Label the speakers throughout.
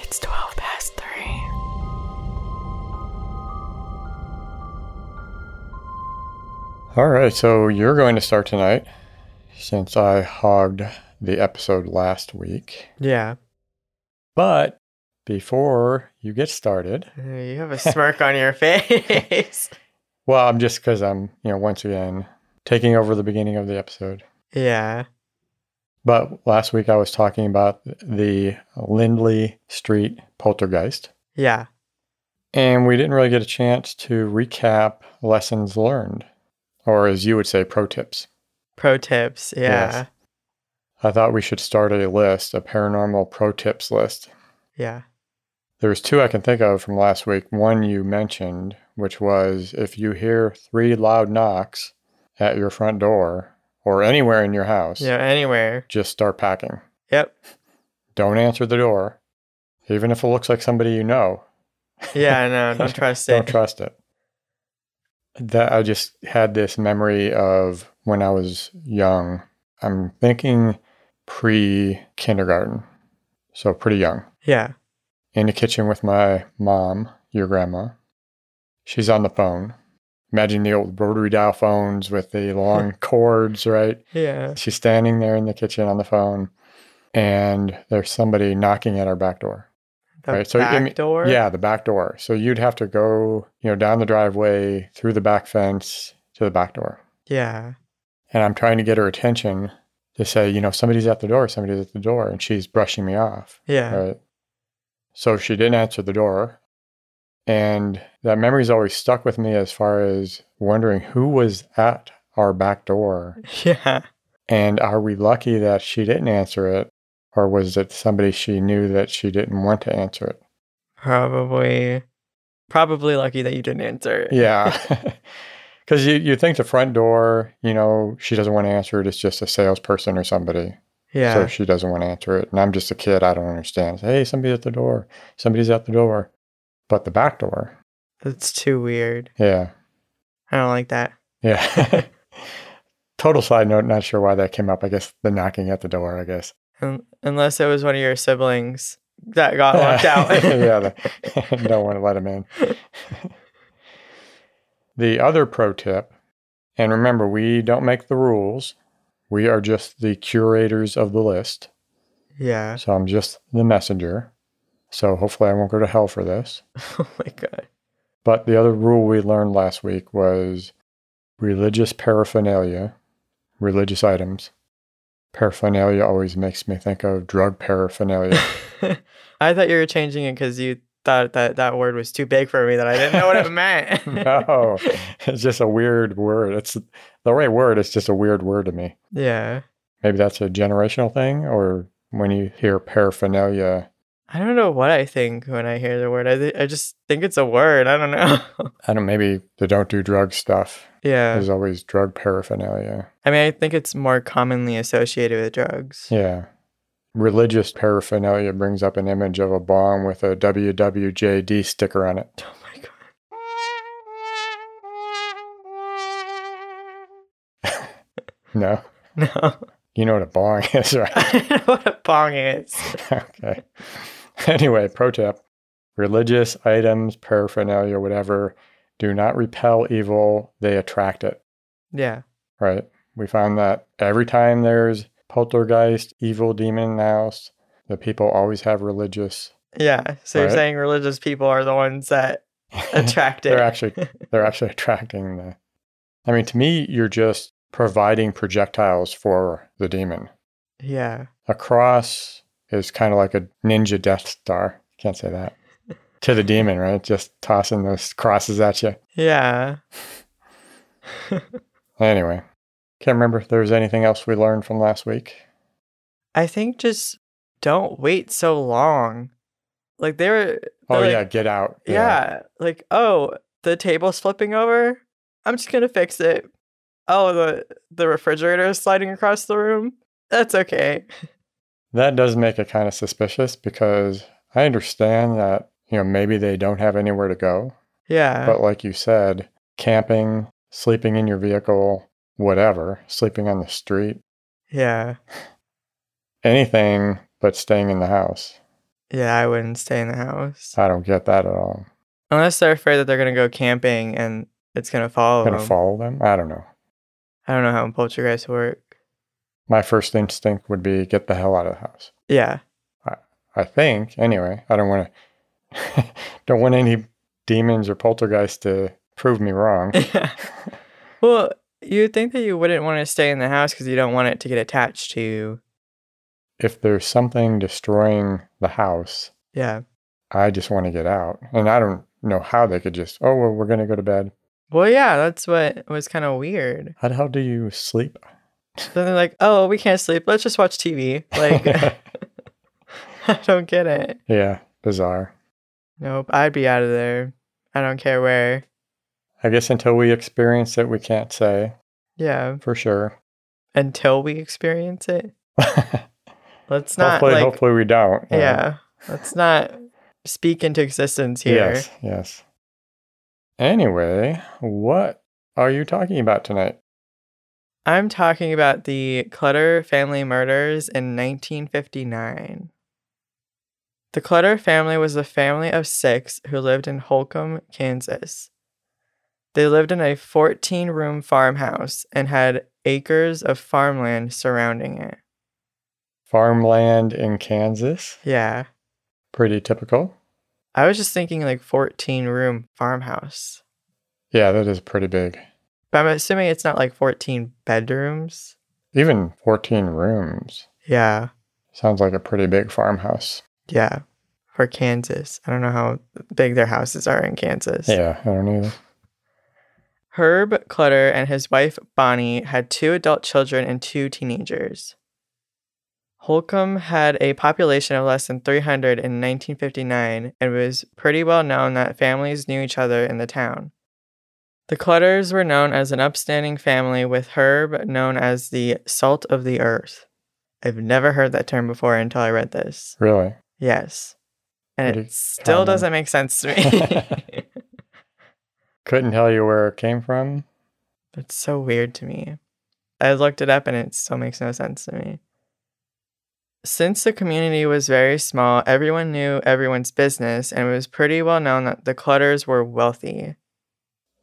Speaker 1: It's 12 past 3.
Speaker 2: All right, so you're going to start tonight since I hogged the episode last week.
Speaker 1: Yeah.
Speaker 2: But before you get started,
Speaker 1: Uh, You have a smirk on your face.
Speaker 2: well, I'm just because I'm, you know, once again taking over the beginning of the episode.
Speaker 1: yeah.
Speaker 2: But last week I was talking about the Lindley Street poltergeist,
Speaker 1: Yeah.
Speaker 2: and we didn't really get a chance to recap lessons learned, or as you would say, pro tips.
Speaker 1: Pro tips. Yeah.
Speaker 2: Yes. I thought we should start a list, a paranormal pro tips list.
Speaker 1: Yeah.
Speaker 2: There's two I can think of from last week. One you mentioned, which was if you hear three loud knocks at your front door or anywhere in your house,
Speaker 1: You know, anywhere.
Speaker 2: just start packing.
Speaker 1: Yep.
Speaker 2: Don't answer the door, even if it looks like somebody you know.
Speaker 1: Yeah. No, don't trust it.
Speaker 2: Don't trust it. That I just had this memory of when I was young. I'm thinking pre kindergarten, so pretty young.
Speaker 1: yeah.
Speaker 2: in the kitchen with my mom, your grandma. She's on the phone. Imagine the old rotary dial phones with the long cords, right?
Speaker 1: Yeah.
Speaker 2: She's standing there in the kitchen on the phone, and there's somebody knocking at our back door.
Speaker 1: The
Speaker 2: Right, so, I
Speaker 1: back
Speaker 2: mean,
Speaker 1: door.
Speaker 2: Yeah, the back door. So you'd have to go, you know, down the driveway, through the back fence to the back door.
Speaker 1: Yeah.
Speaker 2: And I'm trying to get her attention to say, you know, somebody's at the door, somebody's at the door, and she's brushing me off.
Speaker 1: Yeah.
Speaker 2: Right. So she didn't answer the door. And that memory's always stuck with me as far as wondering who was at our back door.
Speaker 1: Yeah.
Speaker 2: And are we lucky that she didn't answer it? Or was it somebody she knew that she didn't want to answer it?
Speaker 1: Probably. Probably lucky that you didn't answer. it.
Speaker 2: Yeah. Because you, you think the front door, you know, she doesn't want to answer it. It's just a salesperson or somebody.
Speaker 1: Yeah.
Speaker 2: So she doesn't want to answer it. And I'm just a kid. I don't understand. Hey, somebody's at the door. Somebody's at the door. But the back door.
Speaker 1: That's too weird.
Speaker 2: Yeah.
Speaker 1: I don't like that.
Speaker 2: Yeah. Total side note, not sure why that came up. I guess the knocking at the door, I guess.
Speaker 1: Un- unless it was one of your siblings that got locked out.
Speaker 2: yeah, the, don't want to let him in. the other pro tip, and remember, we don't make the rules. We are just the curators of the list.
Speaker 1: Yeah.
Speaker 2: So I'm just the messenger. So hopefully I won't go to hell for this.
Speaker 1: Oh my god.
Speaker 2: But the other rule we learned last week was religious paraphernalia, religious items. Paraphernalia always makes me think of drug paraphernalia.
Speaker 1: I thought you were changing it because you thought that that word was too big for me that I didn't know what it meant.
Speaker 2: no, it's just a weird word. It's the right word. It's just a weird word to me.
Speaker 1: Yeah.
Speaker 2: Maybe that's a generational thing, or when you hear paraphernalia,
Speaker 1: I don't know what I think when I hear the word. I, th- I just think it's a word. I don't know.
Speaker 2: I don't. Maybe the don't do drug stuff
Speaker 1: yeah.
Speaker 2: is always drug paraphernalia.
Speaker 1: I mean, I think it's more commonly associated with drugs.
Speaker 2: Yeah. Religious paraphernalia brings up an image of a bomb with a WWJD sticker on it.
Speaker 1: Oh my god.
Speaker 2: No.
Speaker 1: No.
Speaker 2: You know what a bong is, right?
Speaker 1: I don't know what a bong is.
Speaker 2: okay. Anyway, pro tip religious items, paraphernalia, whatever, do not repel evil, they attract it,
Speaker 1: Yeah.
Speaker 2: right? We found that every time there's poltergeist, evil demon in the house, the people always have religious.
Speaker 1: Yeah. So you're
Speaker 2: Right.
Speaker 1: saying religious people are the ones that attract it.
Speaker 2: they're actually they're actually attracting the I mean to me you're just providing projectiles for the demon.
Speaker 1: Yeah.
Speaker 2: A cross is kind of like a ninja death star. Can't say that. to the demon, right? Just tossing those crosses at you.
Speaker 1: Yeah.
Speaker 2: Anyway, can't remember if there was anything else we learned from last week.
Speaker 1: I think just don't wait so long. Like they were.
Speaker 2: Oh
Speaker 1: they're
Speaker 2: yeah,
Speaker 1: like,
Speaker 2: get out.
Speaker 1: yeah. Like oh, the table's flipping over. I'm just gonna fix it. Oh, the the refrigerator is sliding across the room. That's okay.
Speaker 2: That does make it kind of suspicious because I understand that, you know, maybe they don't have anywhere to go.
Speaker 1: Yeah.
Speaker 2: But like you said, camping, sleeping in your vehicle, whatever, sleeping on the street,
Speaker 1: yeah.
Speaker 2: anything but staying in the house.
Speaker 1: Yeah, I wouldn't stay in the house.
Speaker 2: I don't get that at all.
Speaker 1: Unless they're afraid that they're going to go camping and it's going to follow
Speaker 2: Gonna
Speaker 1: them.
Speaker 2: follow them? I don't know.
Speaker 1: I don't know how poltergeists work.
Speaker 2: My first instinct would be get the hell out of the house.
Speaker 1: Yeah.
Speaker 2: I think anyway. I don't want to. don't want any demons or poltergeists to prove me wrong.
Speaker 1: well, you'd think that you wouldn't want to stay in the house because you don't want it to get attached to you.
Speaker 2: if there's something destroying the house,
Speaker 1: Yeah.
Speaker 2: I just want to get out, and I don't know how they could just. Oh well, we're gonna go to bed.
Speaker 1: Well, yeah, that's what was kind of weird.
Speaker 2: How the hell do you sleep?
Speaker 1: Then they're like, oh, we can't sleep. Let's just watch TV. Like, I don't get it.
Speaker 2: yeah, bizarre.
Speaker 1: Nope. I'd be out of there. I don't care where.
Speaker 2: I guess until we experience it, we can't say
Speaker 1: Yeah.
Speaker 2: for sure.
Speaker 1: Until we experience it.
Speaker 2: hopefully,
Speaker 1: Let's not, like,
Speaker 2: hopefully we don't. uh,
Speaker 1: yeah. Let's not speak into existence here.
Speaker 2: Yes, yes. Anyway, what are you talking about tonight?
Speaker 1: I'm talking about the Clutter family murders in 1959. The Clutter family was a family of six who lived in Holcomb, Kansas. They lived in a 14 room farmhouse and had acres of farmland surrounding it.
Speaker 2: Farmland in Kansas.
Speaker 1: Yeah.
Speaker 2: Pretty typical.
Speaker 1: I was just thinking like 14 room farmhouse.
Speaker 2: Yeah, that is pretty big.
Speaker 1: But I'm assuming it's not like 14 bedrooms.
Speaker 2: Even 14 rooms
Speaker 1: Yeah.
Speaker 2: sounds like a pretty big farmhouse.
Speaker 1: Yeah. For Kansas. I don't know how big their houses are in Kansas.
Speaker 2: Yeah, I don't either.
Speaker 1: Herb Clutter and his wife Bonnie had two adult children and two teenagers. Holcomb had a population of less than 300 in 1959, and it was pretty well known that families knew each other in the town. The Clutters were known as an upstanding family, with Herb known as the salt of the earth. I've never heard that term before until I read this.
Speaker 2: Really?
Speaker 1: Yes. And
Speaker 2: Pretty
Speaker 1: it still
Speaker 2: common.
Speaker 1: doesn't make sense to me.
Speaker 2: Couldn't tell you where it came from.
Speaker 1: That's so weird to me. I looked it up and it still makes no sense to me. Since the community was very small, everyone knew everyone's business, and it was pretty well known that the Clutters were wealthy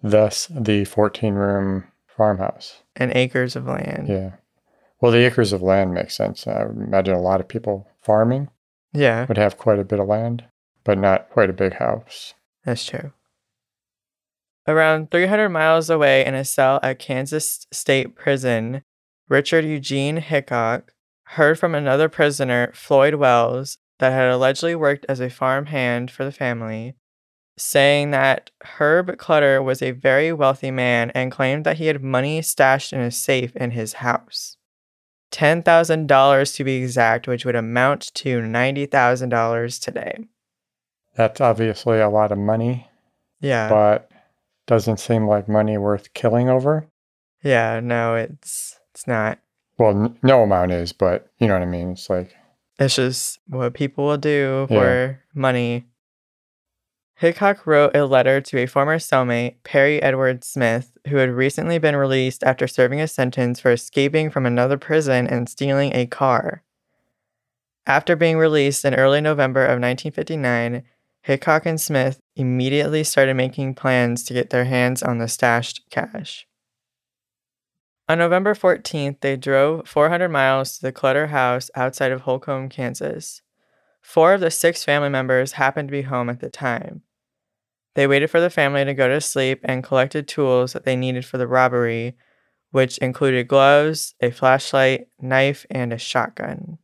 Speaker 2: Thus, the 14 room farmhouse.
Speaker 1: and acres of land.
Speaker 2: Yeah. Well, the acres of land makes sense. I would imagine a lot of people farming
Speaker 1: Yeah,
Speaker 2: would have quite a bit of land, but not quite a big house.
Speaker 1: that's true. Around 300 miles away in a cell at Kansas State Prison, Richard Eugene Hickok heard from another prisoner, Floyd Wells, that had allegedly worked as a farmhand for the family, saying that Herb Clutter was a very wealthy man and claimed that he had money stashed in a safe in his house. $10,000 to be exact, which would amount to $90,000 today.
Speaker 2: That's obviously a lot of money,
Speaker 1: Yeah.
Speaker 2: but doesn't seem like money worth killing over.
Speaker 1: Yeah, no, it's it's not.
Speaker 2: Well, n- no amount is, but you know what I mean? It's like,
Speaker 1: It's just what people will do
Speaker 2: Yeah.
Speaker 1: for money. Hickok wrote a letter to a former cellmate, Perry Edward Smith, who had recently been released after serving a sentence for escaping from another prison and stealing a car. After being released in early November of 1959, Hickok and Smith immediately started making plans to get their hands on the stashed cash. On November 14th, they drove 400 miles to the Clutter house outside of Holcomb, Kansas. Four of the six family members happened to be home at the time. They waited for the family to go to sleep and collected tools that they needed for the robbery, which included gloves, a flashlight, knife, and a shotgun.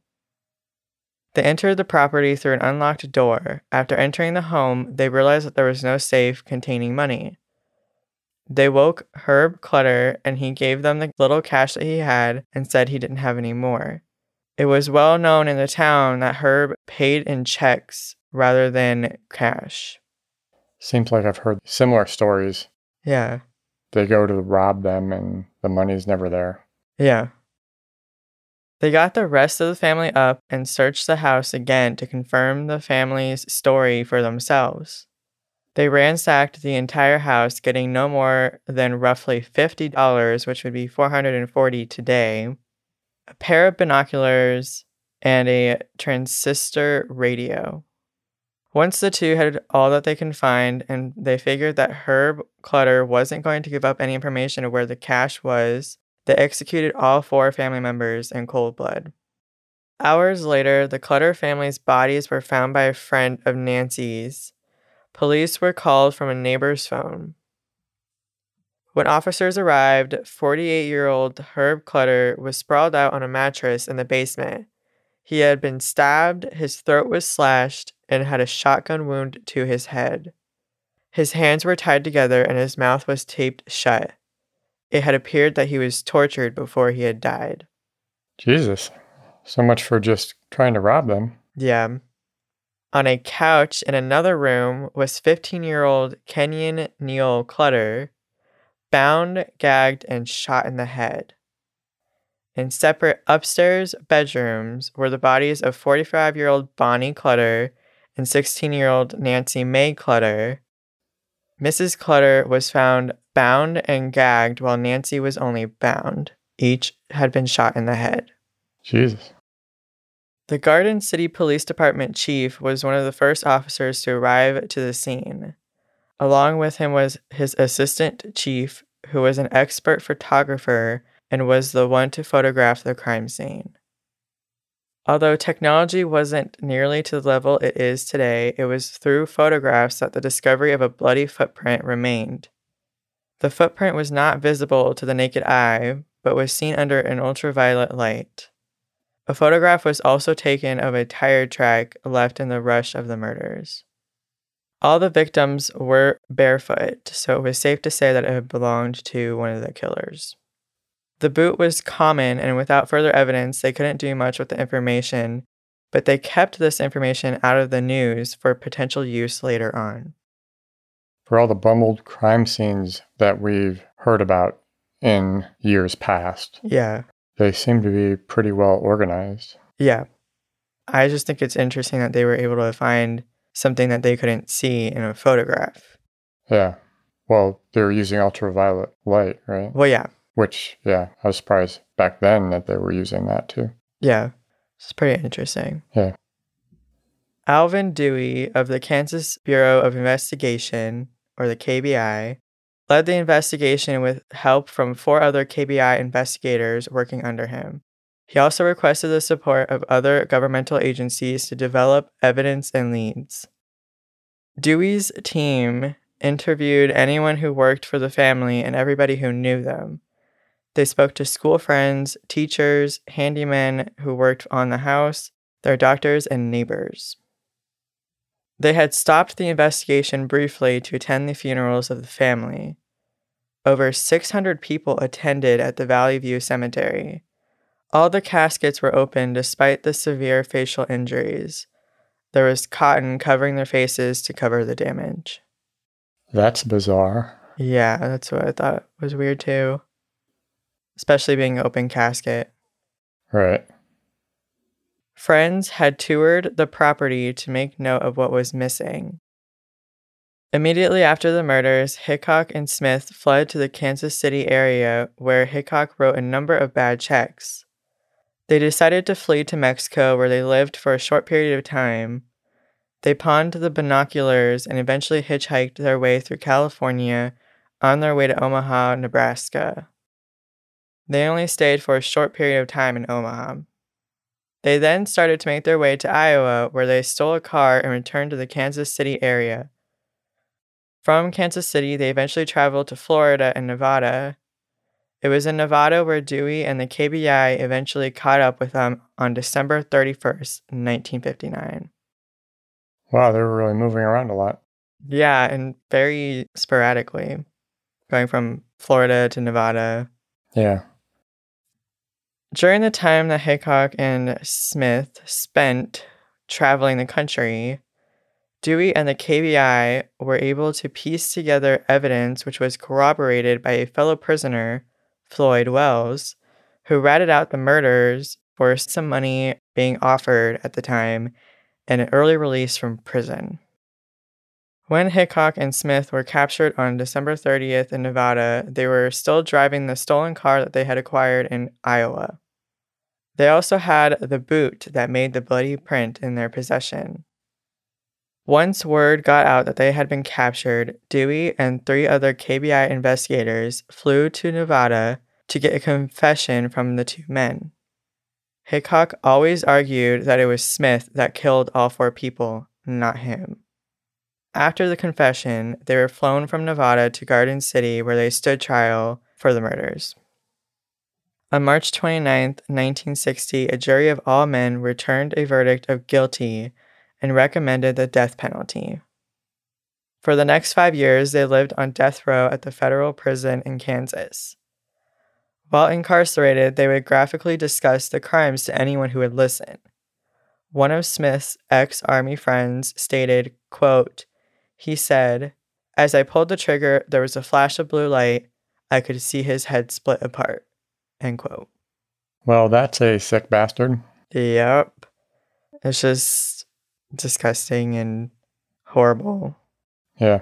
Speaker 1: They entered the property through an unlocked door. After entering the home, they realized that there was no safe containing money. They woke Herb Clutter and he gave them the little cash that he had and said he didn't have any more. It was well known in the town that Herb paid in checks rather than cash.
Speaker 2: seems like I've heard similar stories.
Speaker 1: Yeah.
Speaker 2: They go to rob them and the money's never there.
Speaker 1: Yeah. They got the rest of the family up and searched the house again to confirm the family's story for themselves. They ransacked the entire house, getting no more than roughly $50, which would be 440 today, a pair of binoculars, and a transistor radio. Once the two had all that they can find, and they figured that Herb Clutter wasn't going to give up any information of where the cash was, they executed all four family members in cold blood. Hours later, the Clutter family's bodies were found by a friend of Nancy's. Police were called from a neighbor's phone. When officers arrived, 48 year old Herb Clutter was sprawled out on a mattress in the basement. He had been stabbed, his throat was slashed, and had a shotgun wound to his head. His hands were tied together and his mouth was taped shut. It had appeared that he was tortured before he had died.
Speaker 2: Jesus. So much for just trying to rob them.
Speaker 1: Yeah. On a couch in another room was 15 year old Kenyon Neil Clutter, bound, gagged, and shot in the head. In separate upstairs bedrooms were the bodies of 45 year old Bonnie Clutter and 16 year old Nancy May Clutter. Mrs. Clutter was found bound and gagged while Nancy was only bound. Each had been shot in the head.
Speaker 2: Jesus.
Speaker 1: The Garden City Police Department chief was one of the first officers to arrive to the scene. Along with him was his assistant chief, who was an expert photographer and was the one to photograph the crime scene. Although technology wasn't nearly to the level it is today, it was through photographs that the discovery of a bloody footprint remained. The footprint was not visible to the naked eye, but was seen under an ultraviolet light. A photograph was also taken of a tire track left in the rush of the murders. All the victims were barefoot, so it was safe to say that it had belonged to one of the killers. The boot was common, and without further evidence, they couldn't do much with the information, but they kept this information out of the news for potential use later on.
Speaker 2: For all the bumbled crime scenes that we've heard about in years past,
Speaker 1: Yeah,
Speaker 2: they seem to be pretty well organized.
Speaker 1: yeah. I just think it's interesting that they were able to find something that they couldn't see in a photograph.
Speaker 2: Yeah. Well, they were using ultraviolet light, right?
Speaker 1: Well, yeah,
Speaker 2: Which, yeah, I was surprised back then that they were using that too.
Speaker 1: yeah. It's pretty interesting.
Speaker 2: Yeah.
Speaker 1: Alvin Dewey of the Kansas Bureau of Investigation, or the KBI, led the investigation with help from four other KBI investigators working under him. He also requested the support of other governmental agencies to develop evidence and leads. Dewey's team interviewed anyone who worked for the family and everybody who knew them. They spoke to school friends, teachers, handymen who worked on the house, their doctors, and neighbors. They had stopped the investigation briefly to attend the funerals of the family. Over 600 people attended at the Valley View Cemetery. All the caskets were open despite the severe facial injuries. There was cotton covering their faces to cover the damage.
Speaker 2: That's bizarre.
Speaker 1: Yeah, that's what I thought was weird too. Especially being an open casket.
Speaker 2: Right.
Speaker 1: Friends had toured the property to make note of what was missing. Immediately after the murders, Hickok and Smith fled to the Kansas City area where Hickok wrote a number of bad checks. They decided to flee to Mexico where they lived for a short period of time. They pawned the binoculars and eventually hitchhiked their way through California on their way to Omaha, Nebraska. They only stayed for a short period of time in Omaha. They then started to make their way to Iowa, where they stole a car and returned to the Kansas City area. From Kansas City, they eventually traveled to Florida and Nevada. It was in Nevada where Dewey and the KBI eventually caught up with them on December 31st, 1959.
Speaker 2: Wow, they were really moving around a lot.
Speaker 1: Yeah, and very sporadically, going from Florida to Nevada,
Speaker 2: Yeah.
Speaker 1: During the time that Hickok and Smith spent traveling the country, Dewey and the KBI were able to piece together evidence which was corroborated by a fellow prisoner, Floyd Wells, who ratted out the murders for some money being offered at the time and an early release from prison. When Hickok and Smith were captured on December 30th in Nevada, they were still driving the stolen car that they had acquired in Iowa. They also had the boot that made the bloody print in their possession. Once word got out that they had been captured, Dewey and three other KBI investigators flew to Nevada to get a confession from the two men. Hickok always argued that it was Smith that killed all four people, not him. After the confession, they were flown from Nevada to Garden City where they stood trial for the murders. On March 29, 1960, a jury of all men returned a verdict of guilty and recommended the death penalty. For the next five years, they lived on death row at the federal prison in Kansas. While incarcerated, they would graphically discuss the crimes to anyone who would listen. One of Smith's ex army friends stated, quote, He said, As I pulled the trigger, there was a flash of blue light. I could see his head split apart. End quote.
Speaker 2: Well, that's a sick bastard.
Speaker 1: Yep. It's just disgusting and horrible.
Speaker 2: Yeah.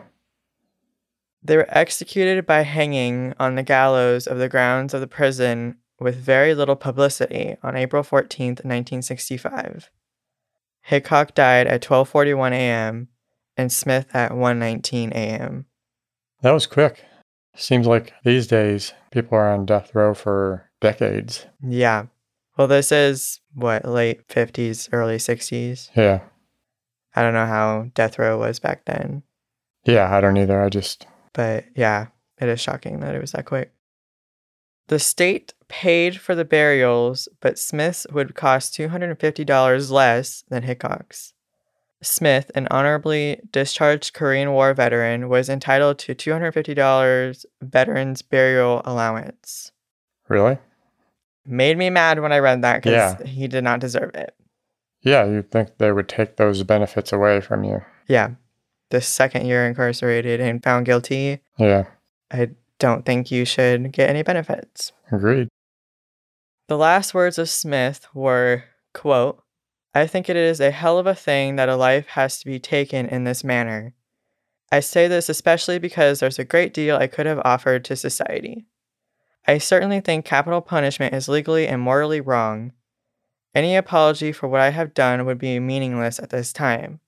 Speaker 1: They were executed by hanging on the gallows of the grounds of the prison with very little publicity on April 14th, 1965. Hickok died at 12:41 a.m. and Smith at 1:19 a.m.
Speaker 2: That was quick. Seems like these days people are on death row for decades.
Speaker 1: Yeah. Well, this is what late 50s, early 60s.
Speaker 2: Yeah.
Speaker 1: I don't know how death row was back then,
Speaker 2: Yeah, I don't either. I just,
Speaker 1: but yeah, it is shocking that it was that quick. The state paid for the burials, but Smith's would cost $250 less than Hickok's. Smith, an honorably discharged Korean War veteran, was entitled to $250 veterans burial allowance.
Speaker 2: really?
Speaker 1: Made me mad when I read that because
Speaker 2: Yeah.
Speaker 1: he did not deserve it.
Speaker 2: Yeah, you'd think they would take those benefits away from you.
Speaker 1: Yeah. The second you're incarcerated and found guilty,
Speaker 2: Yeah,
Speaker 1: I don't think you should get any benefits.
Speaker 2: agreed.
Speaker 1: The last words of Smith were, quote, I think it is a hell of a thing that a life has to be taken in this manner. I say this especially because there's a great deal I could have offered to society. I certainly think capital punishment is legally and morally wrong. Any apology for what I have done would be meaningless at this time.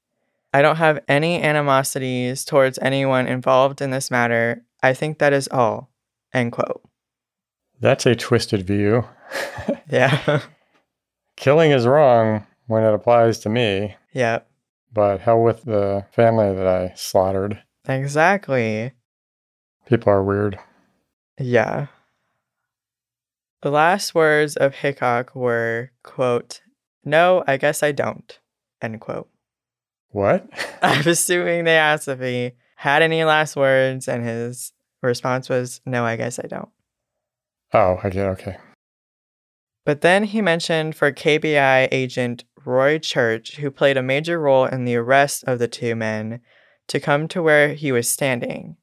Speaker 1: I don't have any animosities towards anyone involved in this matter. I think that is all. End quote.
Speaker 2: That's a twisted view.
Speaker 1: Yeah.
Speaker 2: Killing is wrong when it applies to me,
Speaker 1: yep.
Speaker 2: but hell with the family that I slaughtered.
Speaker 1: Exactly.
Speaker 2: People are weird.
Speaker 1: Yeah. The last words of Hickok were, quote, No, I guess I don't, end quote.
Speaker 2: What?
Speaker 1: I'm assuming they asked if he had any last words, and his response was, No, I guess I don't.
Speaker 2: oh, I get okay.
Speaker 1: But then he mentioned for KBI agent Roy Church, who played a major role in the arrest of the two men, to come to where he was standing.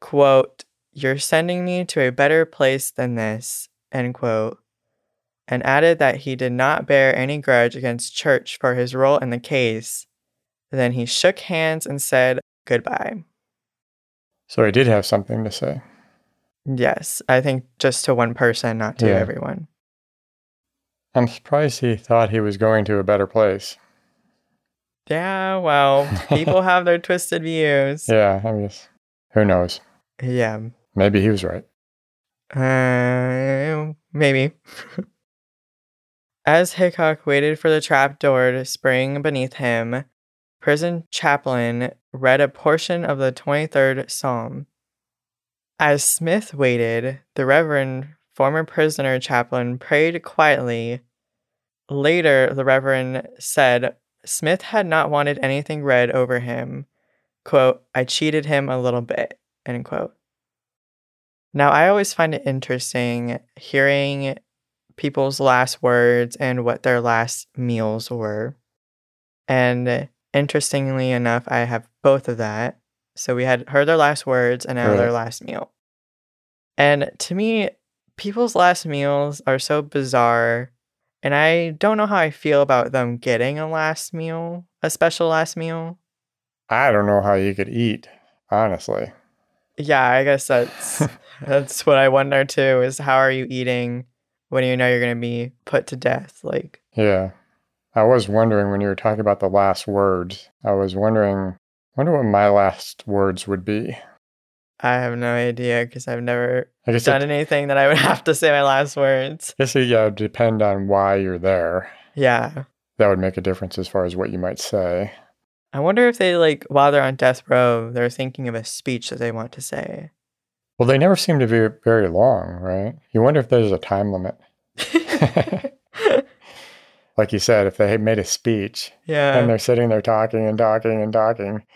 Speaker 1: Quote, You're sending me to a better place than this, end quote, and added that he did not bear any grudge against Church for his role in the case. Then he shook hands and said goodbye.
Speaker 2: So I did have something to say.
Speaker 1: Yes, I think just to one person, not to
Speaker 2: Yeah.
Speaker 1: everyone.
Speaker 2: I'm surprised he thought he was going to a better place.
Speaker 1: Yeah, well, people have their twisted views.
Speaker 2: Yeah, I guess. Who knows?
Speaker 1: Yeah.
Speaker 2: Maybe he was right.
Speaker 1: Uh, maybe. As Hickok waited for the trapdoor to spring beneath him, prison chaplain read a portion of the 23rd Psalm. As Smith waited, the Reverend, former prisoner chaplain, prayed quietly. Later, the Reverend said Smith had not wanted anything read over him. Quote, I cheated him a little bit, end quote. Now, I always find it interesting hearing people's last words and what their last meals were. And interestingly enough, I have both of that. So we had heard their last words and now their
Speaker 2: Right.
Speaker 1: last meal. And to me, people's last meals are so bizarre And I don't know how I feel about them getting a last meal, a special last meal.
Speaker 2: I don't know how you could eat, honestly.
Speaker 1: Yeah, I guess that's that's what I wonder too is how are you eating when you know you're going to be put to death? Like
Speaker 2: Yeah. I was wondering when you were talking about the last words, I was wondering, wonder what my last words would be.
Speaker 1: I have no idea because I've never
Speaker 2: I guess
Speaker 1: done
Speaker 2: it,
Speaker 1: anything that I would have to say my last words.
Speaker 2: guess it yeah, would depend on why you're there.
Speaker 1: Yeah.
Speaker 2: That would make a difference as far as what you might say.
Speaker 1: I wonder if they like while they're on death row, they're thinking of a speech that they want to say.
Speaker 2: Well, they never seem to be very long, right? You wonder if there's a time limit. like you said, if they had made a speech and
Speaker 1: yeah.
Speaker 2: they're sitting there talking and talking and talking,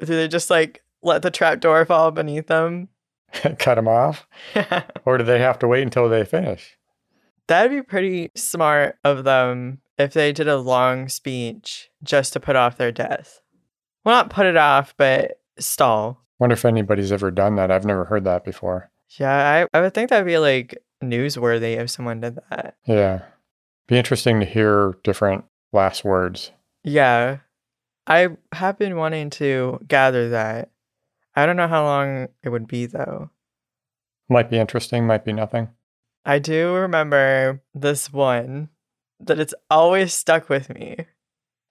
Speaker 1: Do they just like let the trap door fall beneath them?
Speaker 2: cut them off, or do they have to wait until they finish?
Speaker 1: That'd be pretty smart of them if they did a long speech just to put off their death. Well, not put it off, but stall.
Speaker 2: Wonder if anybody's ever done that. I've never heard that before.
Speaker 1: Yeah, I, I would think that'd be like newsworthy if someone did that.
Speaker 2: Yeah. Be interesting to hear different last words.
Speaker 1: Yeah. I have been wanting to gather that. I don't know how long it would be though.
Speaker 2: Might be interesting, might be nothing.
Speaker 1: I do remember this one that it's always stuck with me.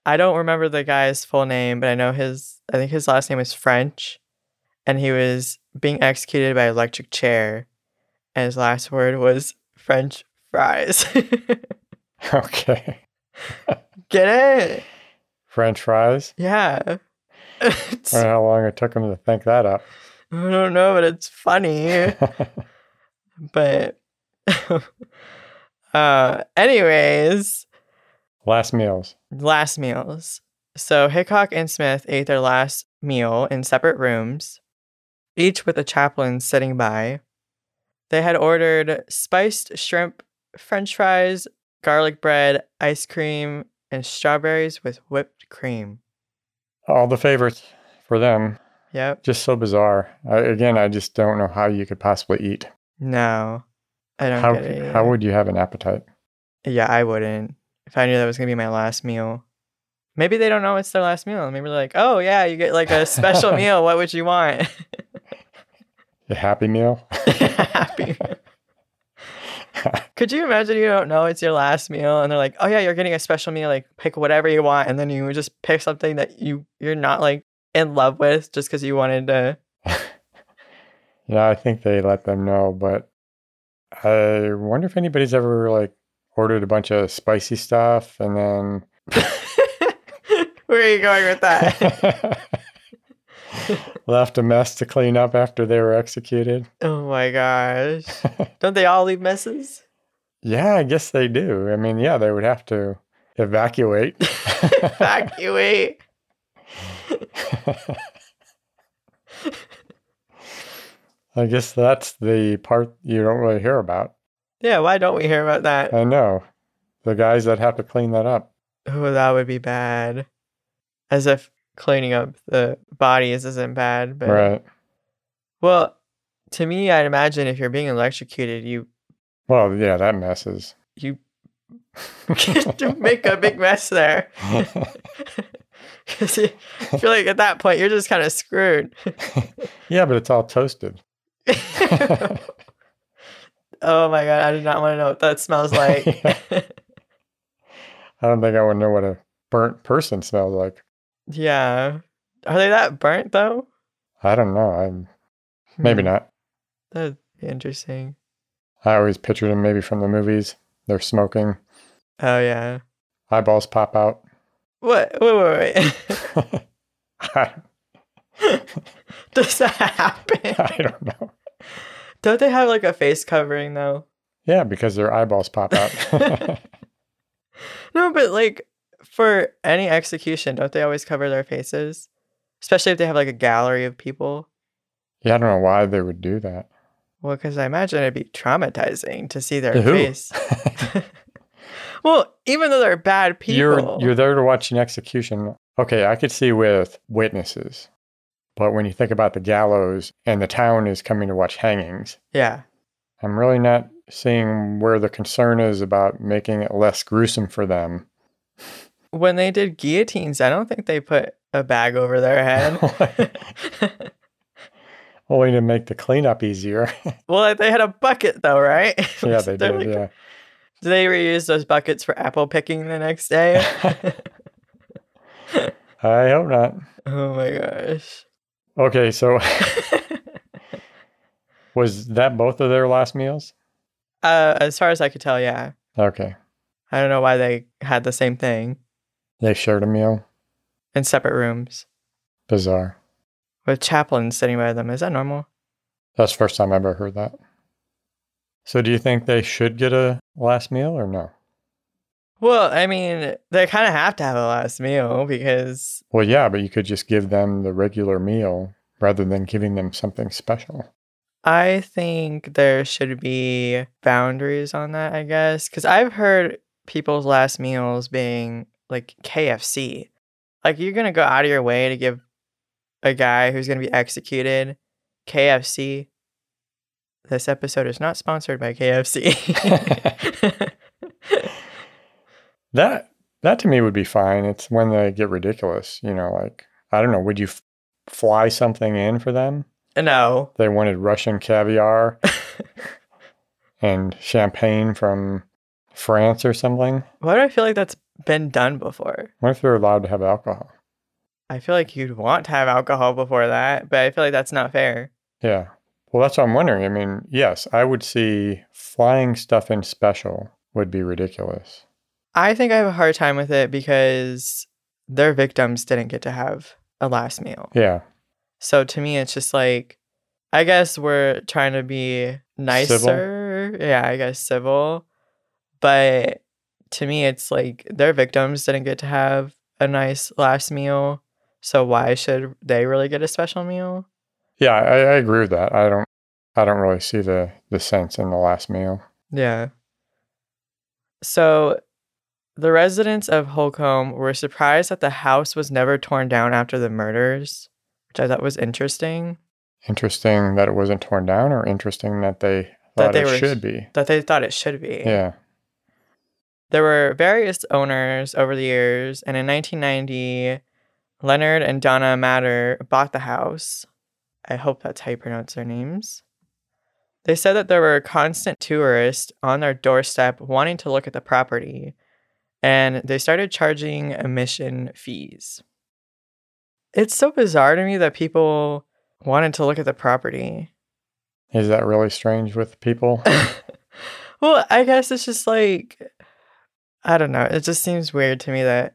Speaker 1: I don't remember the guy's full name, but I know his I think his last name was French and he was being executed by electric chair and his last word was french fries.
Speaker 2: Okay.
Speaker 1: Get it?
Speaker 2: French fries.
Speaker 1: Yeah. It's-
Speaker 2: I don't know how long it took them to think that up.
Speaker 1: I don't know, but it's funny. but uh anyways
Speaker 2: last meals.
Speaker 1: last meals so hickok and smith ate their last meal in separate rooms each with a chaplain sitting by they had ordered spiced shrimp french fries garlic bread ice cream and strawberries with whipped cream
Speaker 2: All the favorites for them.
Speaker 1: yep
Speaker 2: Just so bizarre. I, again, I just don't know how you could possibly eat.
Speaker 1: no i don't
Speaker 2: How,
Speaker 1: get it
Speaker 2: how
Speaker 1: either.
Speaker 2: would you have an appetite?
Speaker 1: Yeah, I wouldn't. If I knew that was gonna be my last meal. Maybe they don't know it's their last meal. Maybe they're like, oh yeah, you get like a special meal. What would you want?
Speaker 2: A happy meal?
Speaker 1: Happy. Could you imagine you don't know it's your last meal and they're like, oh yeah, you're getting a special meal. Like pick whatever you want, and then you just pick something that you you're not like in love with just because you wanted to.
Speaker 2: Yeah, I think they let them know, but I wonder if anybody's ever like ordered a bunch of spicy stuff and then
Speaker 1: Where are you going with that?
Speaker 2: left a mess to clean up after they were executed.
Speaker 1: oh my gosh! Don't they all leave messes?
Speaker 2: yeah, I guess they do. I mean, yeah, they would have to evacuate.
Speaker 1: Evacuate.
Speaker 2: I guess that's the part you don't really hear about.
Speaker 1: Yeah, why don't we hear about that?
Speaker 2: I know. The guys that have to clean that up.
Speaker 1: Oh, that would be bad. As if cleaning up the bodies isn't bad, but
Speaker 2: Right.
Speaker 1: well, to me, I'd imagine if you're being electrocuted, you
Speaker 2: Well, yeah, that messes.
Speaker 1: you get to make a big mess there. Because I feel like at that point you're just kind of screwed.
Speaker 2: yeah, but it's all toasted.
Speaker 1: oh my god, I did not want to know what that smells like.
Speaker 2: Yeah. I don't think I would know what a burnt person smells like.
Speaker 1: yeah, are they that burnt though?
Speaker 2: I don't know. I'm maybe not.
Speaker 1: That'd be interesting.
Speaker 2: I always pictured them maybe from the movies. They're smoking.
Speaker 1: Oh yeah.
Speaker 2: Eyeballs pop out.
Speaker 1: What? Wait, wait, wait.
Speaker 2: I,
Speaker 1: Does that happen?
Speaker 2: I don't know.
Speaker 1: Don't they have like a face covering though?
Speaker 2: Yeah, because their eyeballs pop out.
Speaker 1: No, but like for any execution, don't they always cover their faces? Especially if they have like a gallery of people.
Speaker 2: yeah, I don't know why they would do that.
Speaker 1: Well, because I imagine it'd be traumatizing to see their
Speaker 2: To who?
Speaker 1: face. well, even though they're bad people.
Speaker 2: You're you're there to watch an execution. Okay, I could see with witnesses. But when you think about the gallows and the town is coming to watch hangings,
Speaker 1: yeah.
Speaker 2: I'm really not seeing where the concern is about making it less gruesome for them.
Speaker 1: When they did guillotines, I don't think they put a bag over their head.
Speaker 2: Only to make the cleanup easier.
Speaker 1: well, they had a bucket though, right?
Speaker 2: yeah, they did.
Speaker 1: Like,
Speaker 2: yeah.
Speaker 1: Do they reuse those buckets for apple picking the next day?
Speaker 2: I hope not.
Speaker 1: oh my gosh.
Speaker 2: Okay, so was that both of their last meals?
Speaker 1: Uh, as far as I could tell, yeah.
Speaker 2: Okay.
Speaker 1: I don't know why they had the same thing
Speaker 2: They shared a meal.
Speaker 1: in separate rooms
Speaker 2: Bizarre.
Speaker 1: with chaplains sitting by them. Is that normal?
Speaker 2: That's the first time I've ever heard that. So do you think they should get a last meal or no?
Speaker 1: Well, I mean, they kind of have to have a last meal because
Speaker 2: Well, yeah, but you could just give them the regular meal rather than giving them something special.
Speaker 1: I think there should be boundaries on that, I guess. Because I've heard people's last meals being like KFC. Like, you're going to go out of your way to give a guy who's going to be executed KFC. This episode is not sponsored by KFC.
Speaker 2: That that to me would be fine. It's when they get ridiculous, you know, like I don't know, would you f- fly something in for them?
Speaker 1: no.
Speaker 2: They wanted Russian caviar and champagne from France or something.
Speaker 1: Why do I feel like that's been done before?
Speaker 2: What if they're allowed to have alcohol?
Speaker 1: I feel like you'd want to have alcohol before that, but I feel like that's not fair.
Speaker 2: Yeah. Well, that's what I'm wondering. I mean, yes, I would see flying stuff in special would be ridiculous.
Speaker 1: I think I have a hard time with it because their victims didn't get to have a last meal.
Speaker 2: Yeah.
Speaker 1: So to me, it's just like, I guess we're trying to be nicer. Yeah, I guess civil. But to me, it's like their victims didn't get to have a nice last meal. So why should they really get a special meal?
Speaker 2: Yeah, I, I agree with that. I don't I don't really see the the sense in the last meal.
Speaker 1: Yeah. So the residents of Holcomb were surprised that the house was never torn down after the murders, which I thought was interesting.
Speaker 2: Interesting that it wasn't torn down or interesting that they
Speaker 1: That
Speaker 2: thought
Speaker 1: they
Speaker 2: it
Speaker 1: were-
Speaker 2: should be.
Speaker 1: That they thought it should be.
Speaker 2: Yeah.
Speaker 1: There were various owners over the years, and in 1990, Leonard and Donna Matter bought the house. I hope that's how you pronounce their names. They said that there were constant tourists on their doorstep wanting to look at the property, and they started charging admission fees. It's so bizarre to me that people wanted to look at the property.
Speaker 2: Is that really strange with people?
Speaker 1: well, I guess it's just like, I don't know. It just seems weird to me that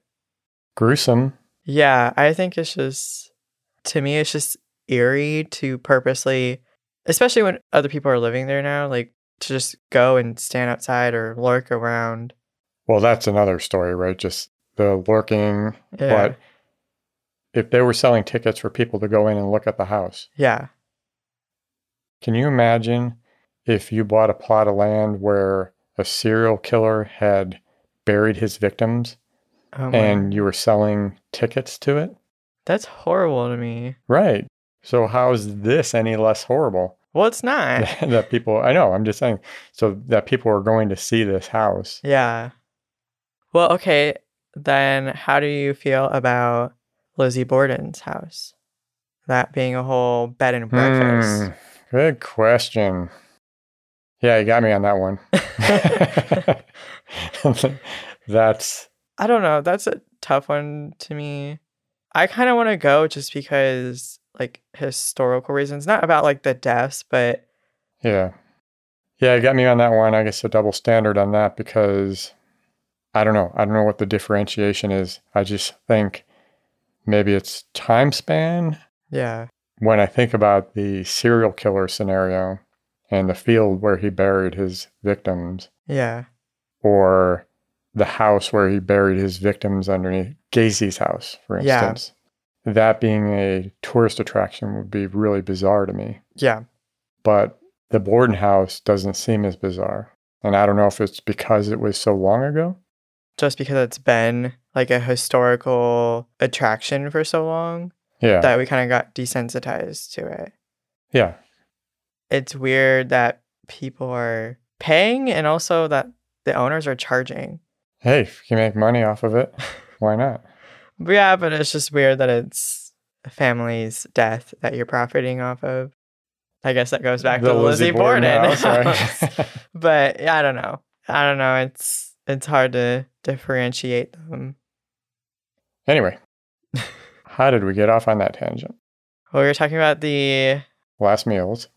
Speaker 2: Gruesome.
Speaker 1: Yeah, I think it's just to me it's just eerie to purposely especially when other people are living there now, like to just go and stand outside or lurk around.
Speaker 2: Well, that's another story, right? Just the lurking.
Speaker 1: Yeah.
Speaker 2: But if they were selling tickets for people to go in and look at the house,
Speaker 1: Yeah.
Speaker 2: Can you imagine if you bought a plot of land where a serial killer had buried his victims
Speaker 1: Oh my.
Speaker 2: and you were selling tickets to it?
Speaker 1: that's horrible to me.
Speaker 2: Right. So, how is this any less horrible
Speaker 1: Well, it's not.
Speaker 2: that people, I know, I'm just saying, so that people are going to see this house?
Speaker 1: yeah. Well, okay, then how do you feel about Lizzie Borden's house? That being a whole bed and breakfast.
Speaker 2: Hmm, good question. Yeah, you got me on that Hmm. one. That's,
Speaker 1: I don't know. That's a tough one to me. I kind of want to go just because, like, historical reasons, not about like the deaths, but
Speaker 2: Yeah. Yeah, you got me on that one. I guess a double standard on that because I don't know. I don't know what the differentiation is. I just think maybe it's time span.
Speaker 1: yeah,
Speaker 2: When I think about the serial killer scenario and the field where he buried his victims
Speaker 1: yeah,
Speaker 2: or the house where he buried his victims underneath Gacy's house, for
Speaker 1: Yeah.
Speaker 2: instance, that being a tourist attraction would be really bizarre to me
Speaker 1: yeah.
Speaker 2: but the Borden house doesn't seem as bizarre. And I don't know if it's because it was so long ago.
Speaker 1: Just because it's been like a historical attraction for so long
Speaker 2: Yeah.
Speaker 1: that we kind of got desensitized to it.
Speaker 2: yeah.
Speaker 1: It's weird that people are paying and also that the owners are charging.
Speaker 2: Hey, if you make money off of it, why not?
Speaker 1: Yeah, but it's just weird that it's a family's death that you're profiting off of. I guess that goes back to Lizzie, Borden. house.
Speaker 2: right?
Speaker 1: but yeah, I don't know. I don't know. It's it's hard to differentiate them.
Speaker 2: anyway, how did we get off on that tangent?
Speaker 1: Well, we were talking about the
Speaker 2: Last meals.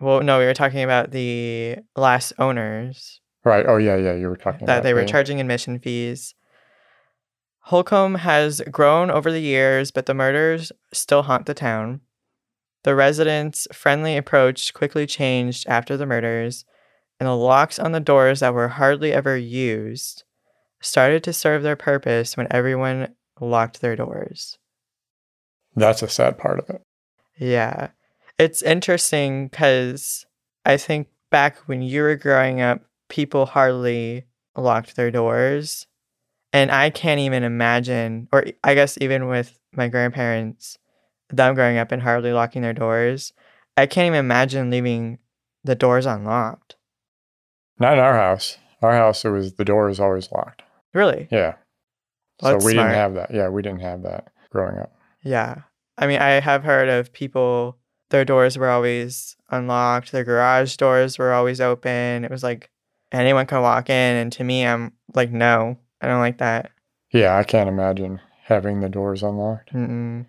Speaker 1: well, no, we were talking about the last owners
Speaker 2: Right. Oh, yeah, yeah. You were talking
Speaker 1: that
Speaker 2: about
Speaker 1: they were
Speaker 2: the-
Speaker 1: charging admission fees. Holcomb has grown over the years, but the murders still haunt the town. The residents' friendly approach quickly changed after the murders, and the locks on the doors that were hardly ever used started to serve their purpose when everyone locked their doors.
Speaker 2: That's a sad part of it.
Speaker 1: Yeah. It's interesting because I think back when you were growing up, people hardly locked their doors. And I can't even imagine, or I guess even with my grandparents, them growing up and hardly locking their doors, I can't even imagine leaving the doors unlocked.
Speaker 2: Not in our house. Our house, it was the door is always locked.
Speaker 1: Really?
Speaker 2: Yeah.
Speaker 1: Well,
Speaker 2: so
Speaker 1: that's
Speaker 2: we
Speaker 1: smart.
Speaker 2: didn't have that. Yeah, we didn't have that growing up.
Speaker 1: Yeah. I mean, I have heard of people, their doors were always unlocked, their garage doors were always open. It was like anyone could walk in. And to me, I'm like, no, I don't like that.
Speaker 2: Yeah, I can't imagine having the doors unlocked.
Speaker 1: Mm-mm.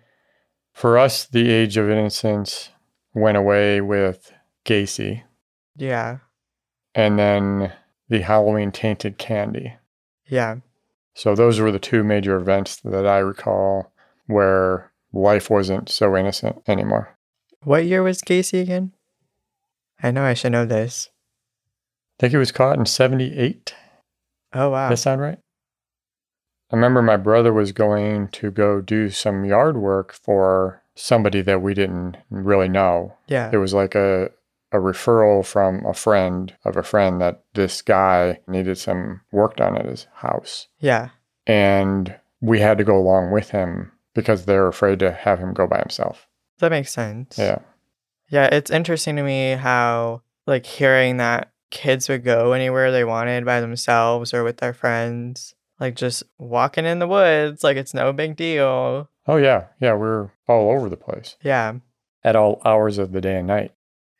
Speaker 2: For us, the age of innocence went away with Gacy
Speaker 1: Yeah.
Speaker 2: and then the Halloween tainted candy.
Speaker 1: Yeah.
Speaker 2: So those were the two major events that I recall where life wasn't so innocent anymore.
Speaker 1: What year was Gacy again? I know I should know this.
Speaker 2: I think he was caught in 78.
Speaker 1: Oh, wow.
Speaker 2: That sound right? I remember my brother was going to go do some yard work for somebody that we didn't really know.
Speaker 1: yeah.
Speaker 2: It was like a a referral from a friend of a friend that this guy needed some work done at his house.
Speaker 1: Yeah.
Speaker 2: And we had to go along with him because they were afraid to have him go by himself.
Speaker 1: That makes sense.
Speaker 2: Yeah.
Speaker 1: Yeah, it's interesting to me how like hearing that kids would go anywhere they wanted by themselves or with their friends, like just walking in the woods, like it's no big deal.
Speaker 2: Oh yeah. Yeah, we were all over the place
Speaker 1: Yeah,
Speaker 2: at all hours of the day and night.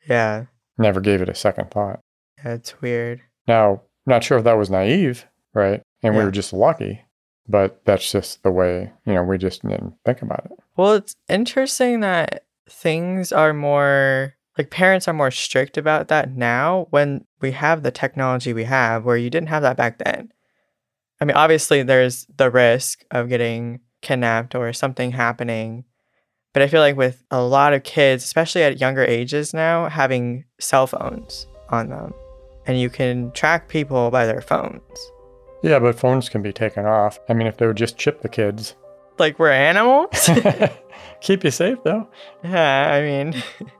Speaker 1: yeah,
Speaker 2: Never gave it a second thought.
Speaker 1: yeah it's weird.
Speaker 2: Now, not sure if that was naive, right? And we
Speaker 1: Yeah.
Speaker 2: were just lucky, but that's just the way, you know, we just didn't think about it.
Speaker 1: Well, it's interesting that things are more like parents are more strict about that now when we have the technology we have where you didn't have that back then. I mean, obviously there's the risk of getting kidnapped or something happening. But I feel like with a lot of kids, especially at younger ages now, having cell phones on them and you can track people by their phones.
Speaker 2: Yeah, but phones can be taken off. I mean, if they would just chip the kids,
Speaker 1: Like we're animals?
Speaker 2: keep you safe though,
Speaker 1: yeah, I mean.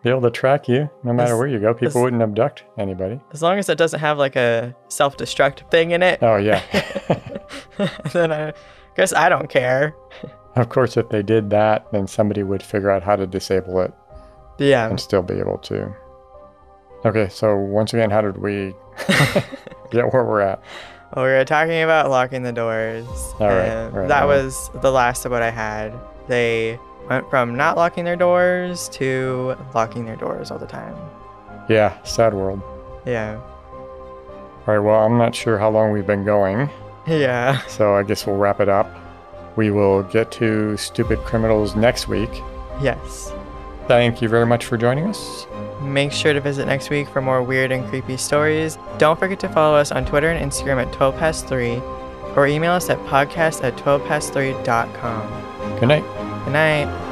Speaker 2: be able to track you no matter
Speaker 1: This-
Speaker 2: where you go. People
Speaker 1: this-
Speaker 2: wouldn't abduct anybody.
Speaker 1: As long as it doesn't have like a self destruct thing in it,
Speaker 2: Oh, yeah. Oh.
Speaker 1: then I guess I don't care.
Speaker 2: of course, if they did that, then somebody would figure out how to disable it
Speaker 1: Yeah.
Speaker 2: and still be able to. Okay, so once again, how did we get where we're at?
Speaker 1: Well, we were talking about locking the doors.
Speaker 2: All right,
Speaker 1: and
Speaker 2: right,
Speaker 1: that
Speaker 2: all right.
Speaker 1: was the last of what I had. They went from not locking their doors to locking their doors all the time.
Speaker 2: Yeah, sad world.
Speaker 1: Yeah.
Speaker 2: All right, well, I'm not sure how long we've been going.
Speaker 1: Yeah.
Speaker 2: So I guess we'll wrap it up. We will get to Stupid Criminals next week.
Speaker 1: Yes.
Speaker 2: Thank you very much for joining us.
Speaker 1: Make sure to visit next week for more weird and creepy stories. Don't forget to follow us on Twitter and Instagram at 12 past 3 or email us at podcast at 12 past 3.com.
Speaker 2: Good night.
Speaker 1: Good night.